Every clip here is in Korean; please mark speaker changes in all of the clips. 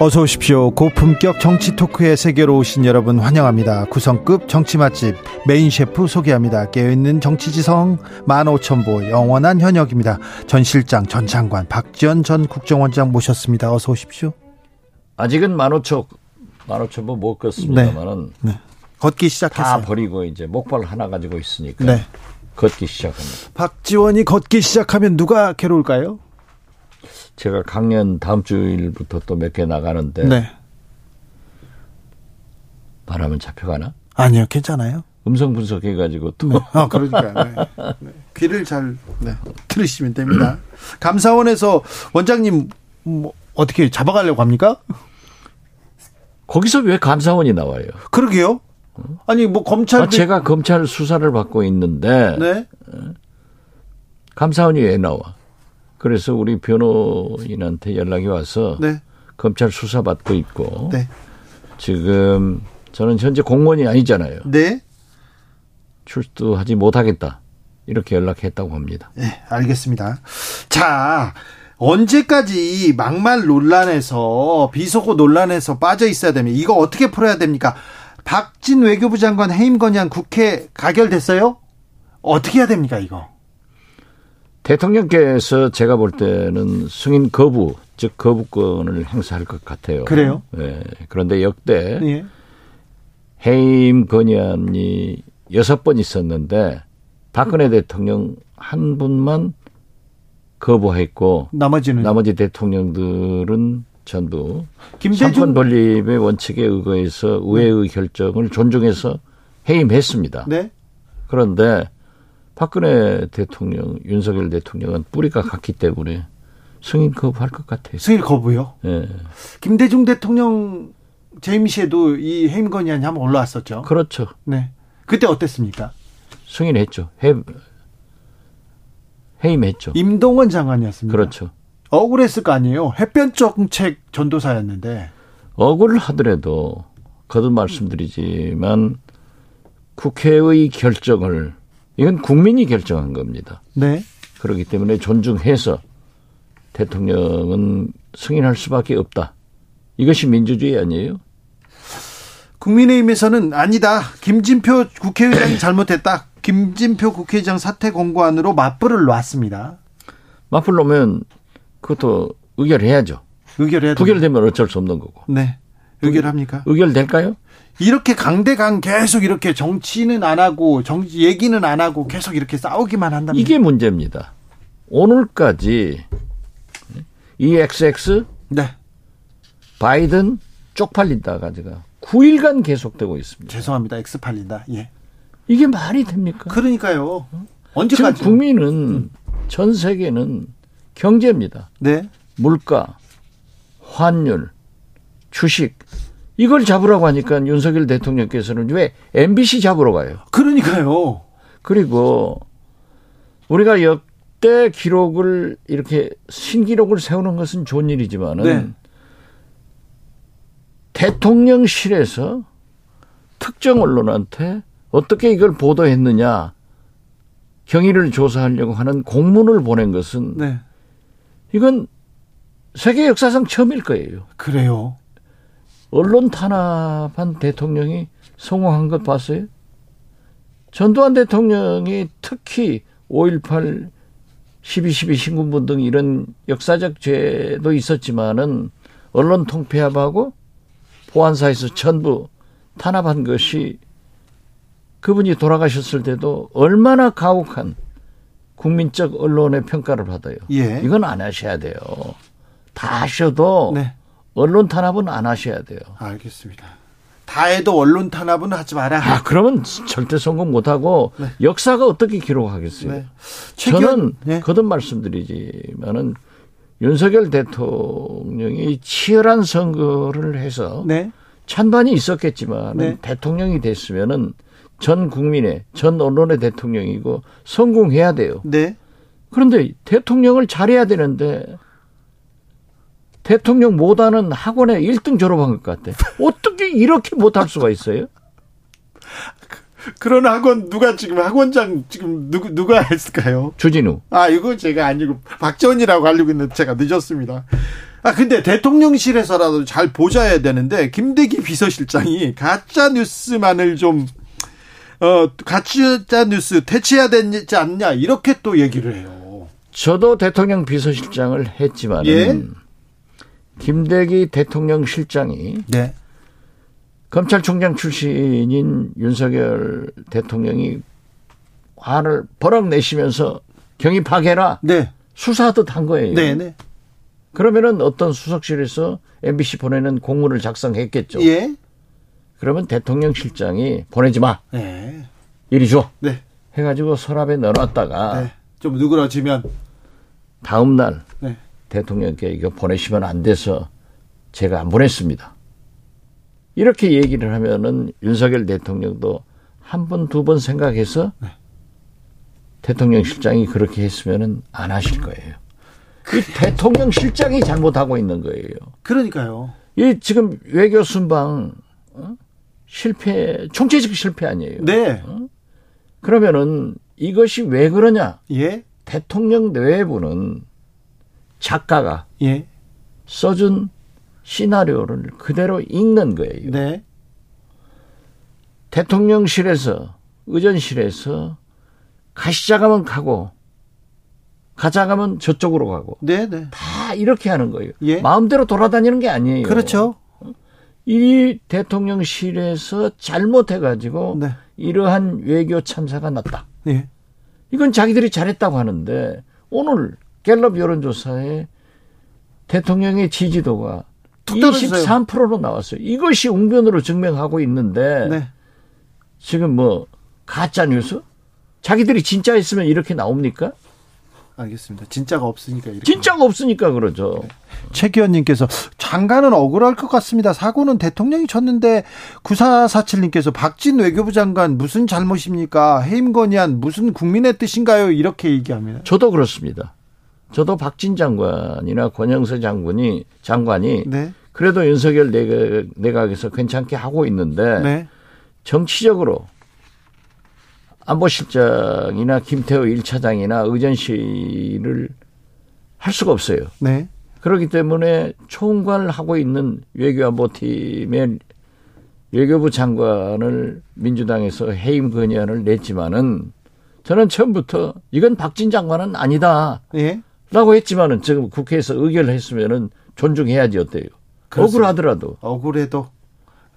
Speaker 1: 어서 오십시오. 고품격 정치 토크의 세계로 오신 여러분 환영합니다. 구성급 정치 맛집 메인 셰프 소개합니다. 깨어있는 정치지성 15,000보 영원한 현역입니다. 전 실장, 전 장관, 박지원 전 국정원장 모셨습니다. 어서 오십시오.
Speaker 2: 아직은 15,000, 15,000보 못 걷습니다만은
Speaker 1: 네. 걷기
Speaker 2: 다
Speaker 1: 시작했어요.
Speaker 2: 버리고 이제 목발 하나 가지고 있으니까
Speaker 1: 네.
Speaker 2: 걷기 시작합니다.
Speaker 1: 박지원이 걷기 시작하면 누가 괴로울까요?
Speaker 2: 제가 강연 다음 주일부터 또 몇 개 나가는데
Speaker 1: 네.
Speaker 2: 바람은 잡혀가나?
Speaker 1: 아니요, 괜찮아요.
Speaker 2: 음성 분석해가지고 또
Speaker 1: 네. 아, 그러니까 네. 네. 귀를 잘 네, 들으시면 됩니다.
Speaker 2: 음.
Speaker 1: 감사원에서 원장님 뭐 어떻게 잡아가려고 합니까?
Speaker 2: 거기서 왜 감사원이 나와요?
Speaker 1: 그러게요. 아니 뭐 검찰
Speaker 2: 음? 아, 제가 검찰 수사를 받고 있는데
Speaker 1: 네.
Speaker 2: 감사원이 왜 나와? 그래서 우리 변호인한테 연락이 와서
Speaker 1: 네.
Speaker 2: 검찰 수사 받고 있고
Speaker 1: 네.
Speaker 2: 지금 저는 현재 공무원이 아니잖아요.
Speaker 1: 네.
Speaker 2: 출두하지 못하겠다 이렇게 연락했다고 합니다.
Speaker 1: 네, 알겠습니다. 자, 언제까지 이 막말 논란에서 비속어 논란에서 빠져 있어야 됩니까? 이거 어떻게 풀어야 됩니까? 박진 외교부 장관 해임 건의안 국회 가결됐어요? 어떻게 해야 됩니까, 이거?
Speaker 2: 대통령께서 제가 볼 때는 승인 거부 즉 거부권을 행사할 것 같아요.
Speaker 1: 그래요?
Speaker 2: 예. 그런데 역대
Speaker 1: 예.
Speaker 2: 해임 건의안이 여섯 번 있었는데 박근혜 대통령 한 분만 거부했고
Speaker 1: 나머지는
Speaker 2: 나머지 대통령들은 전부
Speaker 1: 김대중
Speaker 2: 삼권 분립의 원칙에 의거해서 의회의 결정을 존중해서 해임했습니다.
Speaker 1: 네.
Speaker 2: 그런데 박근혜 대통령, 윤석열 대통령은 뿌리가 같기 때문에 승인 거부할 것 같아요.
Speaker 1: 승인 거부요.
Speaker 2: 예.
Speaker 1: 김대중 대통령 재임 시에도 이 해임 건의안이 한번 올라왔었죠.
Speaker 2: 그렇죠.
Speaker 1: 네. 그때 어땠습니까?
Speaker 2: 승인했죠. 해, 해임했죠.
Speaker 1: 임동원 장관이었습니다.
Speaker 2: 그렇죠.
Speaker 1: 억울했을 거 아니에요. 햇볕 정책 전도사였는데.
Speaker 2: 억울하더라도 거듭 말씀드리지만 국회의 결정을 이건 국민이 결정한 겁니다.
Speaker 1: 네.
Speaker 2: 그렇기 때문에 존중해서 대통령은 승인할 수밖에 없다. 이것이 민주주의 아니에요?
Speaker 1: 국민의힘에서는 아니다. 김진표 국회의장이 잘못했다. 김진표 국회의장 사퇴 공고안으로 맞불을 놨습니다.
Speaker 2: 맞불 놓으면 그것도 의결해야죠.
Speaker 1: 의결해야 됩니다.
Speaker 2: 부결되면 어쩔 수 없는 거고.
Speaker 1: 네. 의결합니까?
Speaker 2: 의결될까요?
Speaker 1: 이렇게 강대강 계속 이렇게 정치는 안 하고 정치 얘기는 안 하고 계속 이렇게 싸우기만 한다면
Speaker 2: 이게 문제입니다. 오늘까지 EXX
Speaker 1: 네.
Speaker 2: 바이든 쪽팔린다가 제가 9일간 계속되고 있습니다.
Speaker 1: 죄송합니다. 엑스 팔린다. 예.
Speaker 2: 이게 말이 됩니까?
Speaker 1: 그러니까요. 음.
Speaker 2: 지금
Speaker 1: 언제까지?
Speaker 2: 국민은 전 세계는 경제입니다.
Speaker 1: 네.
Speaker 2: 물가, 환율, 주식 이걸 잡으라고 하니까 윤석열 대통령께서는 왜 MBC 잡으러 가요?
Speaker 1: 그러니까요.
Speaker 2: 그리고 우리가 역대 기록을 이렇게 신기록을 세우는 것은 좋은 일이지만은
Speaker 1: 네.
Speaker 2: 대통령실에서 특정 언론한테 어떻게 이걸 보도했느냐 경위를 조사하려고 하는 공문을 보낸 것은
Speaker 1: 네.
Speaker 2: 이건 세계 역사상 처음일 거예요.
Speaker 1: 그래요.
Speaker 2: 언론 탄압한 대통령이 성공한 것 봤어요? 전두환 대통령이 특히 5.18, 12.12 신군분 등 이런 역사적 죄도 있었지만은 언론 통폐합하고 보안사에서 전부 탄압한 것이 그분이 돌아가셨을 때도 얼마나 가혹한 국민적 언론의 평가를 받아요.
Speaker 1: 예.
Speaker 2: 이건 안 하셔야 돼요. 다 하셔도
Speaker 1: 네.
Speaker 2: 언론 탄압은 안 하셔야 돼요.
Speaker 1: 알겠습니다. 다 해도 언론 탄압은 하지 마라.
Speaker 2: 아, 그러면 절대 성공 못하고 역사가 어떻게 기록하겠어요?
Speaker 1: 네.
Speaker 2: 예. 저는 그
Speaker 1: 최근- 네.
Speaker 2: 거듭 말씀드리지만은 윤석열 대통령이 치열한 선거를 해서
Speaker 1: 네.
Speaker 2: 찬반이 있었겠지만
Speaker 1: 네.
Speaker 2: 대통령이 됐으면은 전 국민의 전 언론의 대통령이고 성공해야 돼요.
Speaker 1: 네.
Speaker 2: 그런데 대통령을 잘해야 되는데 대통령 못하는 학원에 1등 졸업한 것 같아. 어떻게 이렇게 못할 수가 있어요?
Speaker 1: 그런 학원 누가 지금 학원장 지금 누구 누가 했을까요?
Speaker 2: 주진우.
Speaker 1: 아 이거 제가 아니고 박지원이라고 알고 있는데 제가 늦었습니다. 아 근데 대통령실에서라도 잘 보좌해야 되는데 김대기 비서실장이 가짜 뉴스만을 좀 어, 가짜 뉴스 퇴치해야 되지 않냐 이렇게 또 얘기를 해요.
Speaker 2: 저도 대통령 비서실장을 했지만
Speaker 1: 예?
Speaker 2: 은 김대기 대통령 실장이
Speaker 1: 네.
Speaker 2: 검찰총장 출신인 윤석열 대통령이 화를 버럭 내시면서 경위 파괴라
Speaker 1: 네.
Speaker 2: 수사하듯 한 거예요.
Speaker 1: 네, 네.
Speaker 2: 그러면은 어떤 수석실에서 MBC 보내는 공문을 작성했겠죠.
Speaker 1: 예.
Speaker 2: 그러면 대통령 실장이 보내지 마.
Speaker 1: 네.
Speaker 2: 이리 줘.
Speaker 1: 네.
Speaker 2: 해가지고 서랍에 넣어놨다가
Speaker 1: 네. 좀 누그러지면
Speaker 2: 다음 날
Speaker 1: 네.
Speaker 2: 대통령께 이거 보내시면 안 돼서 제가 안 보냈습니다. 이렇게 얘기를 하면은 윤석열 대통령도 한 번, 두 번 생각해서
Speaker 1: 네.
Speaker 2: 대통령 실장이 그렇게 했으면은 안 하실 거예요. 이 대통령 실장이 잘못하고 있는 거예요.
Speaker 1: 그러니까요.
Speaker 2: 이 지금 외교 순방 어? 실패, 총체적 실패 아니에요.
Speaker 1: 네.
Speaker 2: 그러면은 이것이 왜 그러냐?
Speaker 1: 예.
Speaker 2: 대통령 내부는 작가가
Speaker 1: 예.
Speaker 2: 써준 시나리오를 그대로 읽는 거예요.
Speaker 1: 네.
Speaker 2: 대통령실에서 의전실에서 가시자 가면 가고 가자 가면 저쪽으로 가고
Speaker 1: 네, 네.
Speaker 2: 다 이렇게 하는 거예요.
Speaker 1: 예.
Speaker 2: 마음대로 돌아다니는 게 아니에요.
Speaker 1: 그렇죠.
Speaker 2: 이 대통령실에서 잘못해 가지고
Speaker 1: 네.
Speaker 2: 이러한 외교 참사가 났다.
Speaker 1: 예.
Speaker 2: 이건 자기들이 잘했다고 하는데 오늘 갤럽 여론조사에 대통령의 지지도가
Speaker 1: 툭 떨어졌어요.
Speaker 2: 23%로 나왔어요. 이것이 웅변으로 증명하고 있는데
Speaker 1: 네.
Speaker 2: 지금 뭐 가짜 뉴스? 자기들이 진짜 했으면 이렇게 나옵니까?
Speaker 1: 알겠습니다. 진짜가 없으니까 이렇게.
Speaker 2: 진짜가 없으니까 그러죠.
Speaker 3: 최 의원님께서 장관은 억울할 것 같습니다. 사고는 대통령이 쳤는데 9447님께서 박진 외교부 장관 무슨 잘못입니까? 해임 건의안 무슨 국민의 뜻인가요? 이렇게 얘기합니다.
Speaker 2: 저도 그렇습니다. 저도 박진 장관이나 권영세 장군이 장관이
Speaker 1: 네.
Speaker 2: 그래도 윤석열 내각, 내각에서 괜찮게 하고 있는데
Speaker 1: 네.
Speaker 2: 정치적으로 안보실장이나 김태호 1차장이나 의전실을 할 수가 없어요.
Speaker 1: 네.
Speaker 2: 그렇기 때문에 총괄을 하고 있는 외교안보팀의 외교부 장관을 민주당에서 해임 건의안을 냈지만은 저는 처음부터 이건 박진 장관은 아니다라고
Speaker 1: 예.
Speaker 2: 했지만은 지금 국회에서 의결을 했으면은 존중해야지 어때요.
Speaker 1: 그렇습니다.
Speaker 2: 억울하더라도
Speaker 1: 억울해도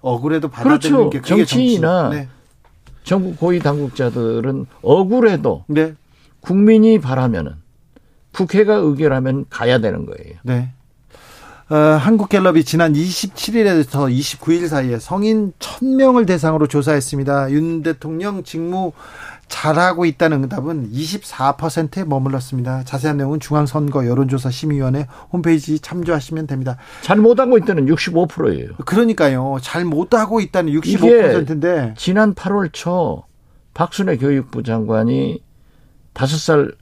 Speaker 1: 억울해도 받아들이는
Speaker 2: 그렇죠.
Speaker 1: 게 그게
Speaker 2: 정치인이나
Speaker 3: 네,
Speaker 1: 정치.
Speaker 2: 전국 고위 당국자들은 억울해도
Speaker 1: 네. 네.
Speaker 2: 국민이 바라면은 국회가 의결하면 가야 되는 거예요.
Speaker 3: 네. 어, 한국갤럽이 지난 27일에서 29일 사이에 성인 1000명을 대상으로 조사했습니다. 윤 대통령 직무 잘하고 있다는 응답은 24%에 머물렀습니다. 자세한 내용은 중앙선거 여론조사 심의위원회 홈페이지 참조하시면 됩니다.
Speaker 2: 잘못하고 있다는 65%예요.
Speaker 3: 그러니까요. 잘 못하고 있다는
Speaker 2: 이게
Speaker 3: 65%인데
Speaker 2: 지난 8월 초 박순애 교육부 장관이 5살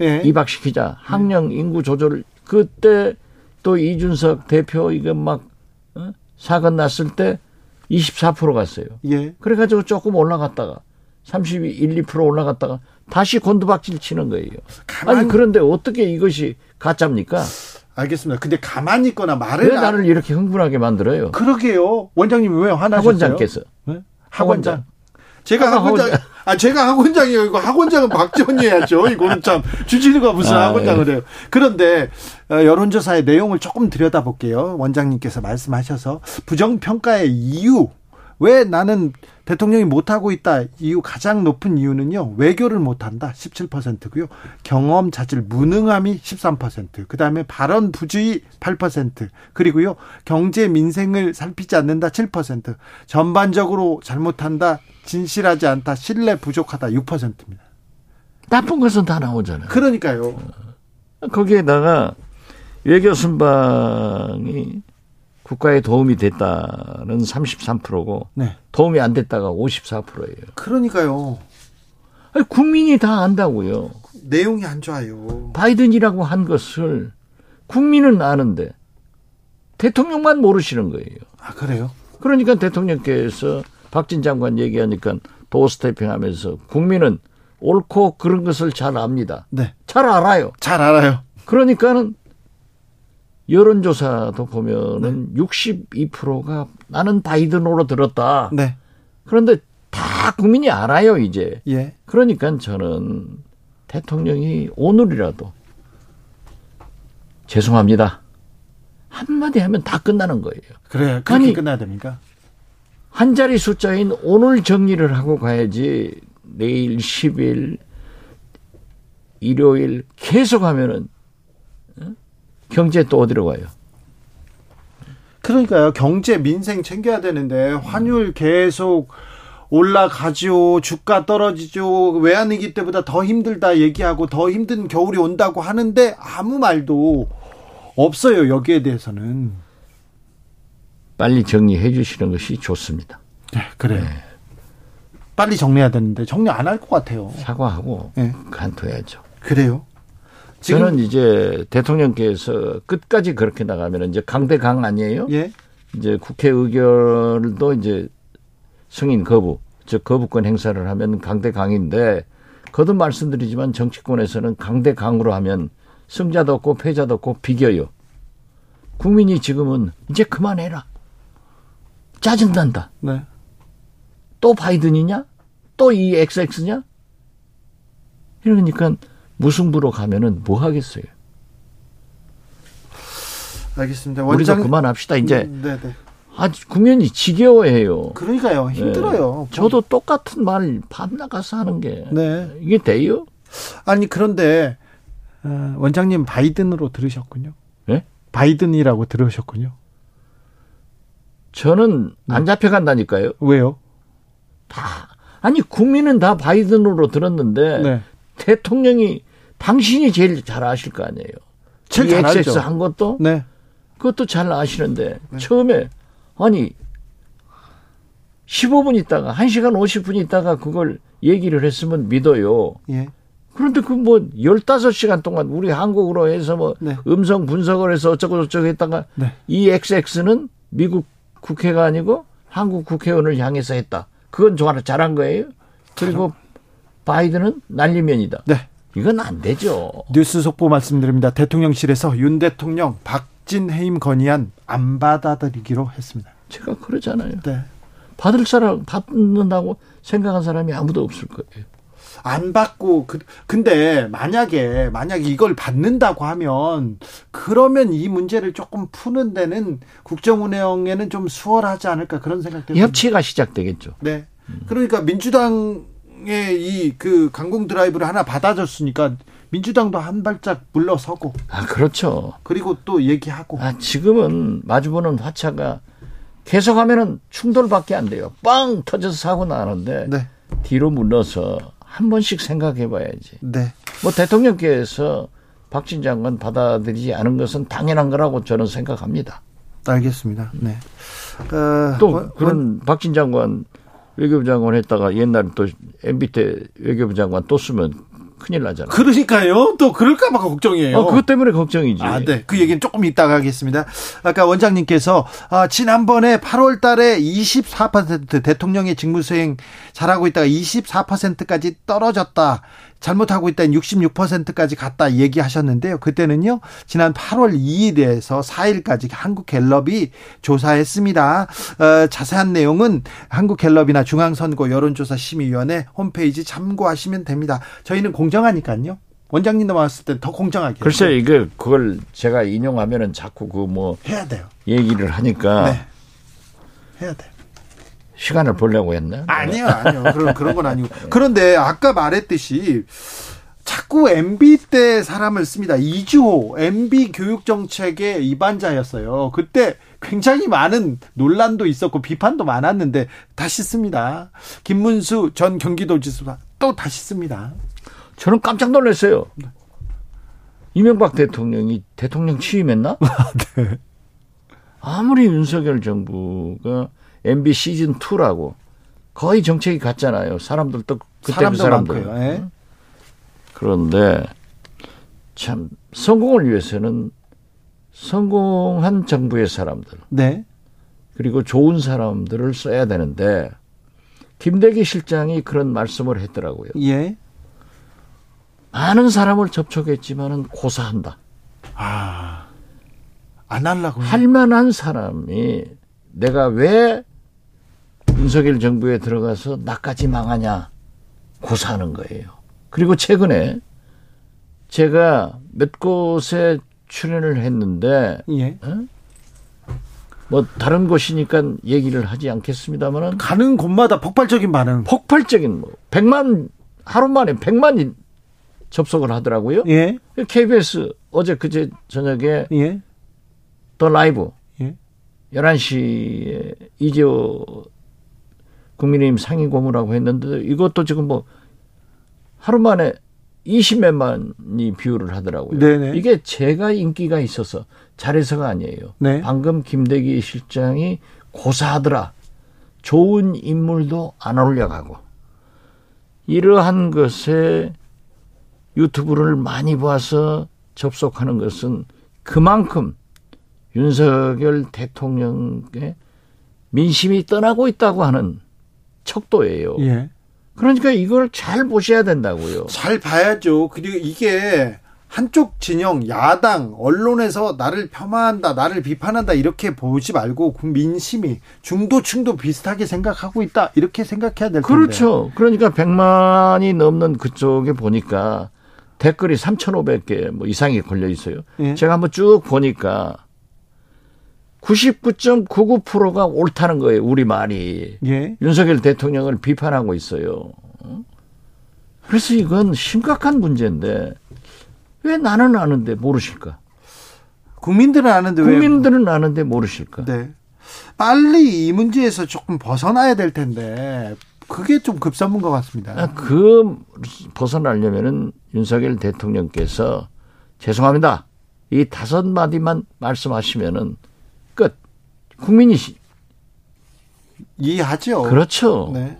Speaker 1: 네?
Speaker 3: 예.
Speaker 2: 입학시키자 학령 인구 조절 그때 또 이준석 대표 이거 막 어? 사건 났을 때 24% 갔어요.
Speaker 3: 예.
Speaker 2: 그래가지고 조금 올라갔다가 32, 1, 2% 올라갔다가 다시 곤두박질 치는 거예요. 아니 그런데 어떻게 이것이 가짜입니까?
Speaker 1: 알겠습니다. 근데 가만히 있거나 말을
Speaker 2: 왜
Speaker 1: 안-
Speaker 2: 나를 이렇게 흥분하게 만들어요?
Speaker 1: 그러게요. 원장님 왜 화나셨어요?
Speaker 2: 학원장께서
Speaker 1: 네?
Speaker 2: 학원장.
Speaker 1: 학원장. 제가
Speaker 2: 아까
Speaker 1: 학원장,
Speaker 2: 학원장.
Speaker 1: 아, 제가 학원장이에요. 이거 학원장은 박지원이 해야죠. 이거는 참. 주진우가 무슨
Speaker 2: 아,
Speaker 1: 학원장을 해요. 그런데, 어, 여론조사의 내용을 조금 들여다볼게요. 원장님께서 말씀하셔서. 부정평가의 이유. 왜 나는 대통령이 못하고 있다. 이유, 가장 높은 이유는요. 외교를 못한다. 17%고요. 경험, 자질, 무능함이 13%. 그 다음에 발언 부주의 8%. 그리고요. 경제, 민생을 살피지 않는다. 7%. 전반적으로 잘못한다. 진실하지 않다, 신뢰 부족하다 6%입니다.
Speaker 2: 나쁜 것은 다 나오잖아요.
Speaker 1: 그러니까요.
Speaker 2: 거기에다가 외교 순방이 국가에 도움이 됐다는 33%고
Speaker 1: 네.
Speaker 2: 도움이 안 됐다가 54%예요.
Speaker 1: 그러니까요.
Speaker 2: 아니, 국민이 다 안다고요.
Speaker 1: 내용이 안 좋아요.
Speaker 2: 바이든이라고 한 것을 국민은 아는데 대통령만 모르시는 거예요.
Speaker 1: 아, 그래요?
Speaker 2: 그러니까 대통령께서 박진 장관 얘기하니까 도스태핑 하면서 국민은 옳고 그런 것을 잘 압니다.
Speaker 1: 네.
Speaker 2: 잘 알아요.
Speaker 1: 잘 알아요.
Speaker 2: 그러니까는 여론조사도
Speaker 1: 네.
Speaker 2: 보면은 62%가 나는 바이든으로 들었다.
Speaker 1: 네.
Speaker 2: 그런데 다 국민이 알아요, 이제.
Speaker 1: 예.
Speaker 2: 그러니까 저는 대통령이 오늘이라도 죄송합니다. 한마디 하면 다 끝나는 거예요.
Speaker 1: 그래요. 그렇게
Speaker 2: 아니,
Speaker 1: 끝나야 됩니까?
Speaker 2: 한 자리 숫자인 오늘 정리를 하고 가야지 내일 10일 일요일 계속 하면은 어? 경제 또 어디로 가요?
Speaker 1: 그러니까요. 경제 민생 챙겨야 되는데 환율 계속 올라가죠. 주가 떨어지죠. 외환위기 때보다 더 힘들다 얘기하고 더 힘든 겨울이 온다고 하는데 아무 말도 없어요. 여기에 대해서는.
Speaker 2: 빨리 정리해 주시는 것이 좋습니다.
Speaker 1: 네, 그래요. 빨리 정리해야 되는데 정리 안 할 것 같아요.
Speaker 2: 사과하고
Speaker 1: 예.
Speaker 2: 간투해야죠.
Speaker 1: 그래요. 지금
Speaker 2: 저는 이제 대통령께서 끝까지 그렇게 나가면 이제 강대강 아니에요?
Speaker 1: 예.
Speaker 2: 이제 국회 의결도 이제 승인 거부, 즉 거부권 행사를 하면 강대강인데 거듭 말씀드리지만 정치권에서는 강대강으로 하면 승자도 없고 패자도 없고 비겨요. 국민이 지금은 이제 그만해라. 짜증난다.
Speaker 1: 네.
Speaker 2: 또 바이든이냐? 또 이 XX냐? 이러니까 무승부로 가면은 뭐 하겠어요?
Speaker 1: 알겠습니다.
Speaker 2: 우리도 그만합시다. 이제
Speaker 1: 네, 네.
Speaker 2: 아 국민이 지겨워해요.
Speaker 1: 그러니까요. 힘들어요.
Speaker 2: 네. 저도 똑같은 말 밤나가서 하는 게
Speaker 1: 네.
Speaker 2: 이게 돼요?
Speaker 1: 아니 그런데 어, 원장님 바이든으로 들으셨군요.
Speaker 2: 예?
Speaker 1: 바이든이라고 들으셨군요.
Speaker 2: 저는
Speaker 1: 네.
Speaker 2: 안 잡혀간다니까요.
Speaker 1: 왜요?
Speaker 2: 다 아니 국민은 다 바이든으로 들었는데
Speaker 1: 네.
Speaker 2: 대통령이 당신이 제일 잘 아실 거 아니에요.
Speaker 1: 제일
Speaker 2: 이
Speaker 1: 잘 알죠.
Speaker 2: XX 한 것도
Speaker 1: 네.
Speaker 2: 그것도 잘 아시는데 처음에 아니 15분 있다가 1시간 50분 있다가 그걸 얘기를 했으면 믿어요.
Speaker 1: 예.
Speaker 2: 그런데 그 뭐 15시간 동안 우리 한국으로 해서 뭐
Speaker 1: 네.
Speaker 2: 음성 분석을 해서 어쩌고 저쩌고 했다가
Speaker 1: 네.
Speaker 2: 이 XX는 미국 국회가 아니고 한국 국회의원을 향해서 했다. 그건 정말 잘한 거예요. 그리고 바이든은 날리면이다.
Speaker 1: 네.
Speaker 2: 이건 안 되죠.
Speaker 1: 뉴스 속보 말씀드립니다. 대통령실에서 윤 대통령 박진 해임 건의안 안 받아들이기로 했습니다.
Speaker 2: 제가 그러잖아요.
Speaker 1: 네.
Speaker 2: 받을 사람 받는다고 생각한 사람이 아무도 없을 거예요.
Speaker 1: 안 받고 그, 근데 만약에 만약에 이걸 받는다고 하면 그러면 이 문제를 조금 푸는 데는 국정 운영에는 좀 수월하지 않을까 그런 생각 때문에
Speaker 2: 협치가 시작되겠죠.
Speaker 1: 네. 그러니까 민주당의 이 그 강공 드라이브를 하나 받아줬으니까 민주당도 한 발짝 물러서고
Speaker 2: 아 그렇죠.
Speaker 1: 그리고 또 얘기하고
Speaker 2: 아, 지금은 마주보는 화차가 계속하면은 충돌밖에 안 돼요. 빵 터져서 사고 나는데
Speaker 1: 네.
Speaker 2: 뒤로 물러서 한 번씩 생각해 봐야지.
Speaker 1: 네.
Speaker 2: 뭐 대통령께서 박진 장관 받아들이지 않은 것은 당연한 거라고 저는 생각합니다.
Speaker 1: 알겠습니다. 네. 어,
Speaker 2: 또
Speaker 1: 원- 원-
Speaker 2: 그런 박진 장관 외교부 장관 했다가 옛날에 또 MB 때 외교부 장관 또 쓰면 큰일 나잖아. 요
Speaker 1: 그러니까요. 또 그럴까 봐 걱정이에요.
Speaker 2: 어, 그것 때문에 걱정이지.
Speaker 1: 아, 네. 그 얘기는 조금 이따가 하겠습니다. 아까 원장님께서 아, 지난번에 8월 달에 24% 대통령의 직무 수행 잘하고 있다가 24%까지 떨어졌다. 잘못하고 있다는 66%까지 갔다 얘기하셨는데요. 그때는요. 지난 8월 2일에서 4일까지 한국갤럽이 조사했습니다. 어, 자세한 내용은 한국갤럽이나 중앙선거 여론조사 심의위원회 홈페이지 참고하시면 됩니다. 저희는 공정하니까요. 원장님 나왔을 때 더 공정하게
Speaker 2: 글쎄 이거 그걸 제가 인용하면은 자꾸 그 뭐
Speaker 1: 해야 돼요.
Speaker 2: 얘기를 하니까
Speaker 1: 네. 해야 돼.
Speaker 2: 시간을 보려고 했나?
Speaker 1: 아니요, 아니요. 그런 그런 건 아니고. 그런데 아까 말했듯이 자꾸 MB 때 사람을 씁니다. 이주호 MB 교육 정책의 입안자였어요. 그때 굉장히 많은 논란도 있었고 비판도 많았는데 다시 씁니다. 김문수 전 경기도지사 또 다시 씁니다.
Speaker 2: 저는 깜짝 놀랐어요.
Speaker 1: 아, 네.
Speaker 2: 이명박 대통령이 대통령 취임했나? 아무리 윤석열 정부가 MB 시즌 2라고 거의 정책이 같잖아요. 사람들도 그때 그
Speaker 1: 사람도
Speaker 2: 사람들.
Speaker 1: 많고요. 예.
Speaker 2: 그런데 참 성공을 위해서는 성공한 정부의 사람들
Speaker 1: 네.
Speaker 2: 그리고 좋은 사람들을 써야 되는데 김대기 실장이 그런 말씀을 했더라고요.
Speaker 1: 예.
Speaker 2: 많은 사람을 접촉했지만은 고사한다.
Speaker 1: 아. 안 하려고.
Speaker 2: 할 만한 사람이 내가 왜 윤석열 정부에 들어가서 나까지 망하냐 고사하는 거예요. 그리고 최근에 제가 몇 곳에 출연을 했는데
Speaker 1: 예.
Speaker 2: 뭐 다른 곳이니까 얘기를 하지 않겠습니다만은
Speaker 1: 가는 곳마다 폭발적인 반응.
Speaker 2: 폭발적인 뭐 100만 하루 만에 100만이 접속을 하더라고요.
Speaker 1: 예.
Speaker 2: KBS 어제 그제 저녁에
Speaker 1: 예.
Speaker 2: 더 라이브
Speaker 1: 예.
Speaker 2: 11시에 이재호 국민의힘 상임 고문라고 했는데 이것도 지금 뭐 하루 만에 20몇만이 비유를 하더라고요.
Speaker 1: 네네.
Speaker 2: 이게 제가 인기가 있어서 잘해서가 아니에요.
Speaker 1: 네.
Speaker 2: 방금 김대기 실장이 고사하더라. 좋은 인물도 안 올려가고 이러한 것에 유튜브를 많이 봐서 접속하는 것은 그만큼 윤석열 대통령의 민심이 떠나고 있다고 하는 척도예요.
Speaker 1: 예.
Speaker 2: 그러니까 이걸 잘 보셔야 된다고요.
Speaker 1: 잘 봐야죠. 그리고 이게 한쪽 진영, 야당, 언론에서 나를 폄하한다, 나를 비판한다 이렇게 보지 말고 국민심이 중도층도 비슷하게 생각하고 있다 이렇게 생각해야 될 텐데.
Speaker 2: 그렇죠. 그러니까 100만이 넘는 그쪽에 보니까 댓글이 3,500개 뭐 이상이 걸려 있어요.
Speaker 1: 예.
Speaker 2: 제가 한번 쭉 보니까 99.99%가 옳다는 거예요. 우리 말이.
Speaker 1: 예.
Speaker 2: 윤석열 대통령을 비판하고 있어요. 어? 그래서 이건 심각한 문제인데 왜 나는 아는데 모르실까?
Speaker 1: 국민들은 아는데 왜?
Speaker 2: 국민들은 아는데 모르실까?
Speaker 1: 네. 빨리 이 문제에서 조금 벗어나야 될 텐데 그게 좀 급선무인 것 같습니다.
Speaker 2: 아, 그 벗어나려면은 윤석열 대통령께서 죄송합니다. 이 다섯 마디만 말씀하시면은 끝. 국민이 시-
Speaker 1: 이해하죠.
Speaker 2: 그렇죠.
Speaker 1: 네.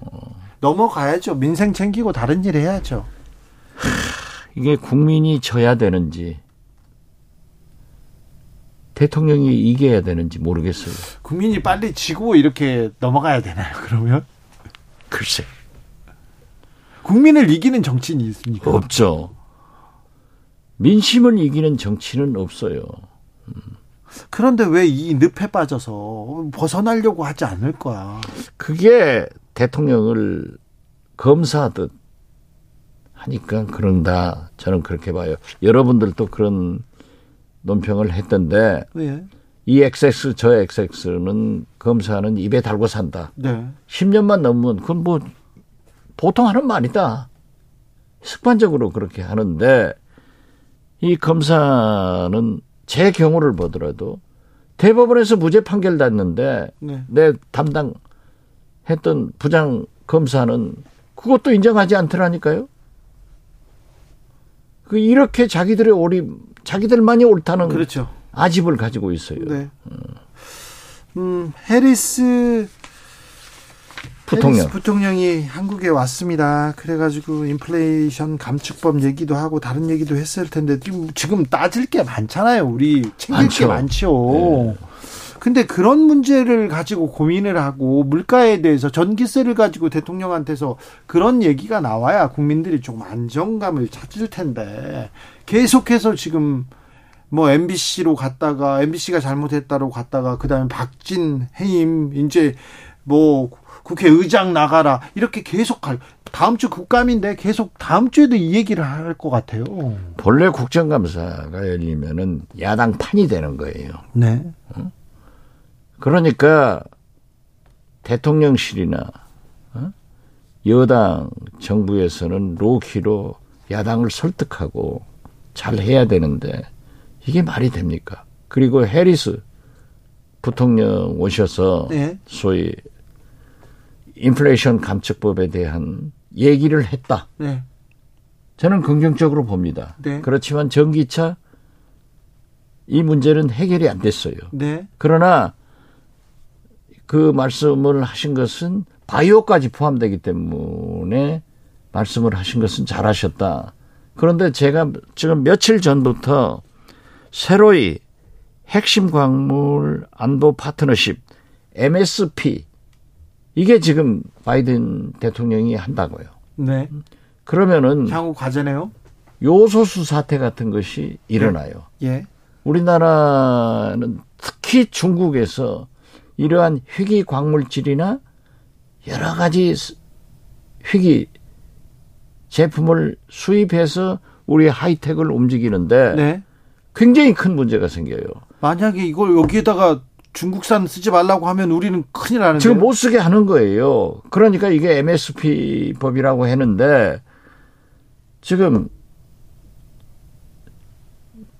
Speaker 1: 넘어가야죠. 민생 챙기고 다른 일 해야죠.
Speaker 2: 이게 국민이 져야 되는지 대통령이 이겨야 되는지 모르겠어요.
Speaker 1: 국민이 빨리 지고 이렇게 넘어가야 되나요? 그러면
Speaker 2: 글쎄.
Speaker 1: 국민을 이기는 정치인이 있습니까?
Speaker 2: 없죠. 민심을 이기는 정치는 없어요.
Speaker 1: 그런데 왜 이 늪에 빠져서 벗어나려고 하지 않을 거야?
Speaker 2: 그게 대통령을 검사하듯 하니까 그런다. 저는 그렇게 봐요. 여러분들도 그런 논평을 했던데
Speaker 1: 예.
Speaker 2: 이 XX 저 XX는 검사는 입에 달고 산다.
Speaker 1: 네.
Speaker 2: 10년만 넘으면 그건 뭐 보통 하는 말이다. 습관적으로 그렇게 하는데 이 검사는 제 경우를 보더라도 대법원에서 무죄 판결 났는데
Speaker 1: 네.
Speaker 2: 내 담당했던 부장 검사는 그것도 인정하지 않더라니까요. 그 이렇게 자기들의 오리 자기들만이 옳다는
Speaker 1: 그렇죠.
Speaker 2: 아집을 가지고 있어요.
Speaker 1: 네. 음, 해리스
Speaker 2: 부통령.
Speaker 1: 해리스 부통령이 한국에 왔습니다. 그래가지고 인플레이션 감축법 얘기도 하고 다른 얘기도 했을 텐데 지금 지금 따질 게 많잖아요. 우리 챙길 게
Speaker 2: 많죠. 네.
Speaker 1: 많죠. 근데 그런 문제를 가지고 고민을 하고 물가에 대해서 전기세를 가지고 대통령한테서 그런 얘기가 나와야 국민들이 좀 안정감을 찾을 텐데 계속해서 지금 뭐 MBC로 갔다가 MBC가 잘못했다로 갔다가 그다음에 박진 해임 이제 뭐 국회 의장 나가라 이렇게 계속 갈 다음 주 국감인데 계속 다음 주에도 이 얘기를 할 것 같아요.
Speaker 2: 본래 국정감사가 열리면은 야당 판이 되는 거예요.
Speaker 1: 네.
Speaker 2: 그러니까 대통령실이나 어? 여당 정부에서는 로키로 야당을 설득하고 잘 해야 되는데 이게 말이 됩니까? 그리고 해리스 부통령 오셔서
Speaker 1: 네.
Speaker 2: 소위 인플레이션 감축법에 대한 얘기를 했다.
Speaker 1: 네.
Speaker 2: 저는 긍정적으로 봅니다.
Speaker 1: 네.
Speaker 2: 그렇지만 전기차 이 문제는 해결이 안 됐어요.
Speaker 1: 네.
Speaker 2: 그러나 그 말씀을 하신 것은 바이오까지 포함되기 때문에 말씀을 하신 것은 잘하셨다. 그런데 제가 지금 며칠 전부터 새로이 핵심 광물 안보 파트너십 MSP 이게 지금 바이든 대통령이 한다고요.
Speaker 1: 네.
Speaker 2: 그러면은
Speaker 1: 향후 과제네요.
Speaker 2: 요소수 사태 같은 것이 일어나요.
Speaker 1: 예.
Speaker 2: 우리나라는 특히 중국에서 이러한 희귀 광물질이나 여러 가지 스- 희귀 제품을 수입해서 우리 하이텍을 움직이는데
Speaker 1: 네.
Speaker 2: 굉장히 큰 문제가 생겨요.
Speaker 1: 만약에 이걸 여기에다가 중국산 쓰지 말라고 하면 우리는 큰일 나는데.
Speaker 2: 지금 뭐- 못 쓰게 하는 거예요. 그러니까 이게 MSP 법이라고 했는데 지금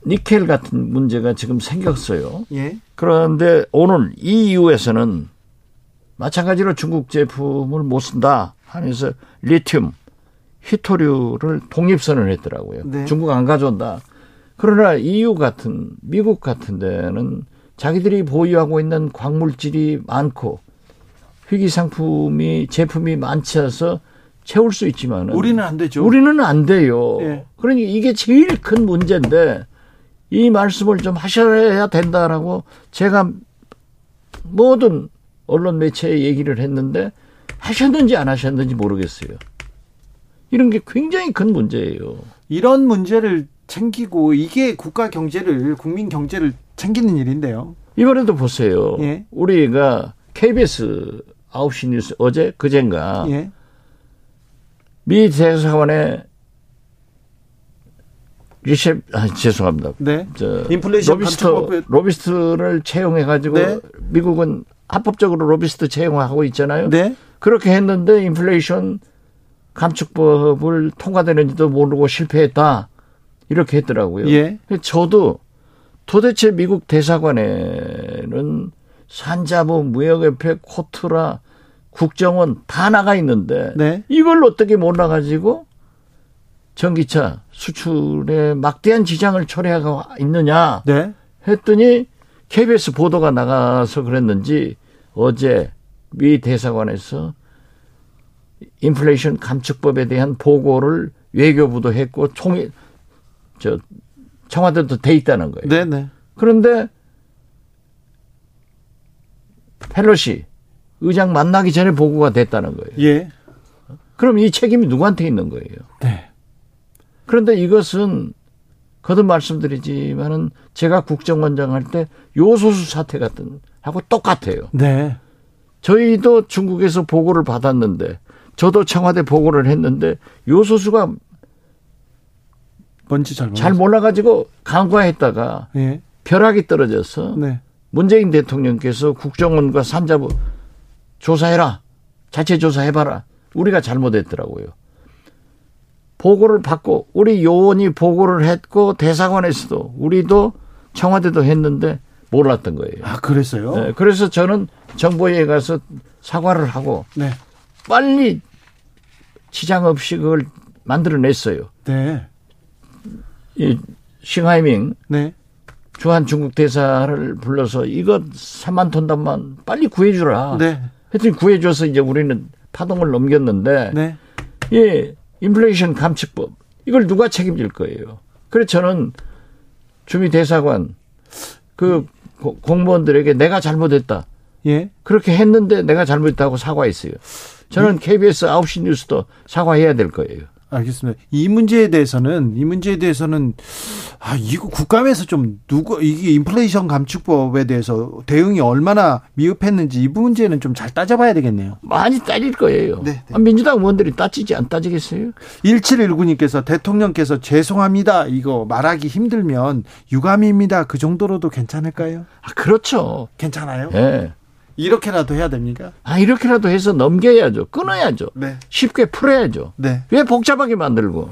Speaker 2: 니켈 같은 문제가 지금 생겼어요.
Speaker 1: 예.
Speaker 2: 그런데 오늘 EU에서는 마찬가지로 중국 제품을 못 쓴다 하면서 리튬, 히토류를 독립선언 했더라고요.
Speaker 1: 네.
Speaker 2: 중국 안 가져온다. 그러나 EU 같은 미국 같은 데는 자기들이 보유하고 있는 광물질이 많고 희귀 상품이 제품이 많지않아서 채울 수 있지만은
Speaker 1: 우리는 안 되죠.
Speaker 2: 우리는 안 돼요.
Speaker 1: 예.
Speaker 2: 그러니 이게 제일 큰 문제인데 이 말씀을 좀 하셔야 된다라고 제가 모든 언론 매체에 얘기를 했는데 하셨는지 안 하셨는지 모르겠어요. 이런 게 굉장히 큰 문제예요.
Speaker 1: 이런 문제를 챙기고 이게 국가 경제를 국민 경제를 챙기는 일인데요.
Speaker 2: 이번에도 보세요.
Speaker 1: 예.
Speaker 2: 우리가 KBS 9시 뉴스 어제 그젠가
Speaker 1: 예.
Speaker 2: 미 대사관에 리셉 아 죄송합니다.
Speaker 1: 네.
Speaker 2: 저
Speaker 1: 인플레이션
Speaker 2: 로비스트
Speaker 1: 감축법에-
Speaker 2: 로비스트를 채용해 가지고
Speaker 1: 네.
Speaker 2: 미국은 합법적으로 로비스트 채용하고 있잖아요.
Speaker 1: 네.
Speaker 2: 그렇게 했는데 인플레이션 감축법을 통과되는지도 모르고 실패했다 이렇게 했더라고요.
Speaker 1: 예.
Speaker 2: 저도 도대체 미국 대사관에는 산자부 무역협회 코트라 국정원 다 나가 있는데
Speaker 1: 네.
Speaker 2: 이걸 어떻게 못 나가지고 전기차 수출에 막대한 지장을 초래하고 있느냐
Speaker 1: 네.
Speaker 2: 했더니 KBS 보도가 나가서 그랬는지 어제 미 대사관에서 인플레이션 감축법에 대한 보고를 외교부도 했고 총이 저 청와대도 돼 있다는 거예요.
Speaker 1: 네. 네.
Speaker 2: 그런데 펠로시 의장 만나기 전에 보고가 됐다는 거예요.
Speaker 1: 예.
Speaker 2: 그럼 이 책임이 누구한테 있는 거예요?
Speaker 1: 네.
Speaker 2: 그런데 이것은 거듭 말씀드리지만은 제가 국정원장 할 때 요소수 사태 같은 하고 똑같아요.
Speaker 1: 네.
Speaker 2: 저희도 중국에서 보고를 받았는데 저도 청와대 보고를 했는데 요소수가
Speaker 1: 뭔지 잘 모르겠어요.
Speaker 2: 잘 몰라가지고 간과했다가
Speaker 1: 예.
Speaker 2: 벼락이 떨어져서
Speaker 1: 네.
Speaker 2: 문재인 대통령께서 국정원과 산자부 조사해라. 자체 조사해봐라. 우리가 잘못했더라고요. 보고를 받고 우리 요원이 보고를 했고 대사관에서도 우리도 청와대도 했는데 몰랐던 거예요.
Speaker 1: 아, 그랬어요?
Speaker 2: 네, 그래서 저는 정보에 가서 사과를 하고
Speaker 1: 네.
Speaker 2: 빨리 지장 없이 그걸 만들어냈어요.
Speaker 1: 네.
Speaker 2: 이 싱하이밍
Speaker 1: 네.
Speaker 2: 주한 중국 대사를 불러서 이거 3만 톤 단만 빨리 구해주라.
Speaker 1: 네.
Speaker 2: 하여튼 구해줘서 이제 우리는 파동을 넘겼는데
Speaker 1: 네.
Speaker 2: 예 인플레이션 감축법 이걸 누가 책임질 거예요? 그래서 저는 주미 대사관 그 고- 공무원들에게 내가 잘못했다
Speaker 1: 예.
Speaker 2: 그렇게 했는데 내가 잘못했다고 사과했어요.
Speaker 1: 네.
Speaker 2: 저는 KBS 9시 뉴스도 사과해야 될 거예요.
Speaker 1: 알겠습니다. 이 문제에 대해서는 이 문제에 대해서는 아 이거 국감에서 좀 누구 이게 인플레이션 감축법에 대해서 대응이 얼마나 미흡했는지 이 문제는 좀 잘 따져봐야 되겠네요.
Speaker 2: 많이 따질 거예요.
Speaker 1: 네, 네.
Speaker 2: 아, 민주당 의원들이 따지지 안 따지겠어요?
Speaker 1: 1719님께서 대통령께서 죄송합니다 이거 말하기 힘들면 유감입니다 그 정도로도 괜찮을까요?
Speaker 2: 아, 그렇죠.
Speaker 1: 괜찮아요?
Speaker 2: 예.
Speaker 1: 이렇게라도 해야 됩니까?
Speaker 2: 아 이렇게라도 해서 넘겨야죠. 끊어야죠.
Speaker 1: 네.
Speaker 2: 쉽게 풀어야죠.
Speaker 1: 네.
Speaker 2: 왜 복잡하게 만들고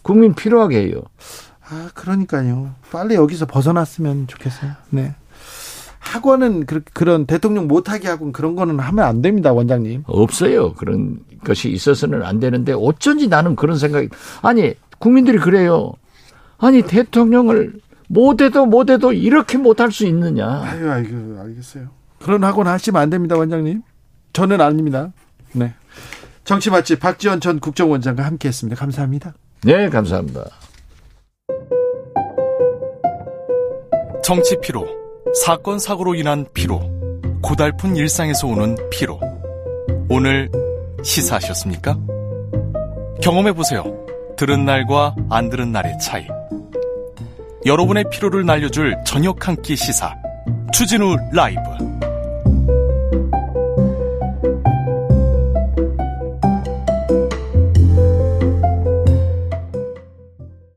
Speaker 2: 국민 필요하게 해요.
Speaker 1: 아 그러니까요. 빨리 여기서 벗어났으면 좋겠어요. 네. 학원은 그, 그런 대통령 못하게 하고 그런 거는 하면 안 됩니다 원장님.
Speaker 2: 없어요. 그런 것이 있어서는 안 되는데 어쩐지 나는 그런 생각이 아니 국민들이 그래요. 아니 대통령을 못해도 못해도 이렇게 못할 수 있느냐.
Speaker 1: 아유, 아유, 알겠어요. 그런 학원 하시면 안 됩니다, 원장님. 저는 아닙니다. 네. 정치 맛집 박지원 전 국정원장과 함께 했습니다. 감사합니다.
Speaker 2: 네, 감사합니다.
Speaker 4: 정치 피로, 사건 사고로 인한 피로, 고달픈 일상에서 오는 피로. 오늘 시사하셨습니까? 경험해 보세요. 들은 날과 안 들은 날의 차이. 여러분의 피로를 날려줄 저녁 한 끼 시사. 추진우 라이브.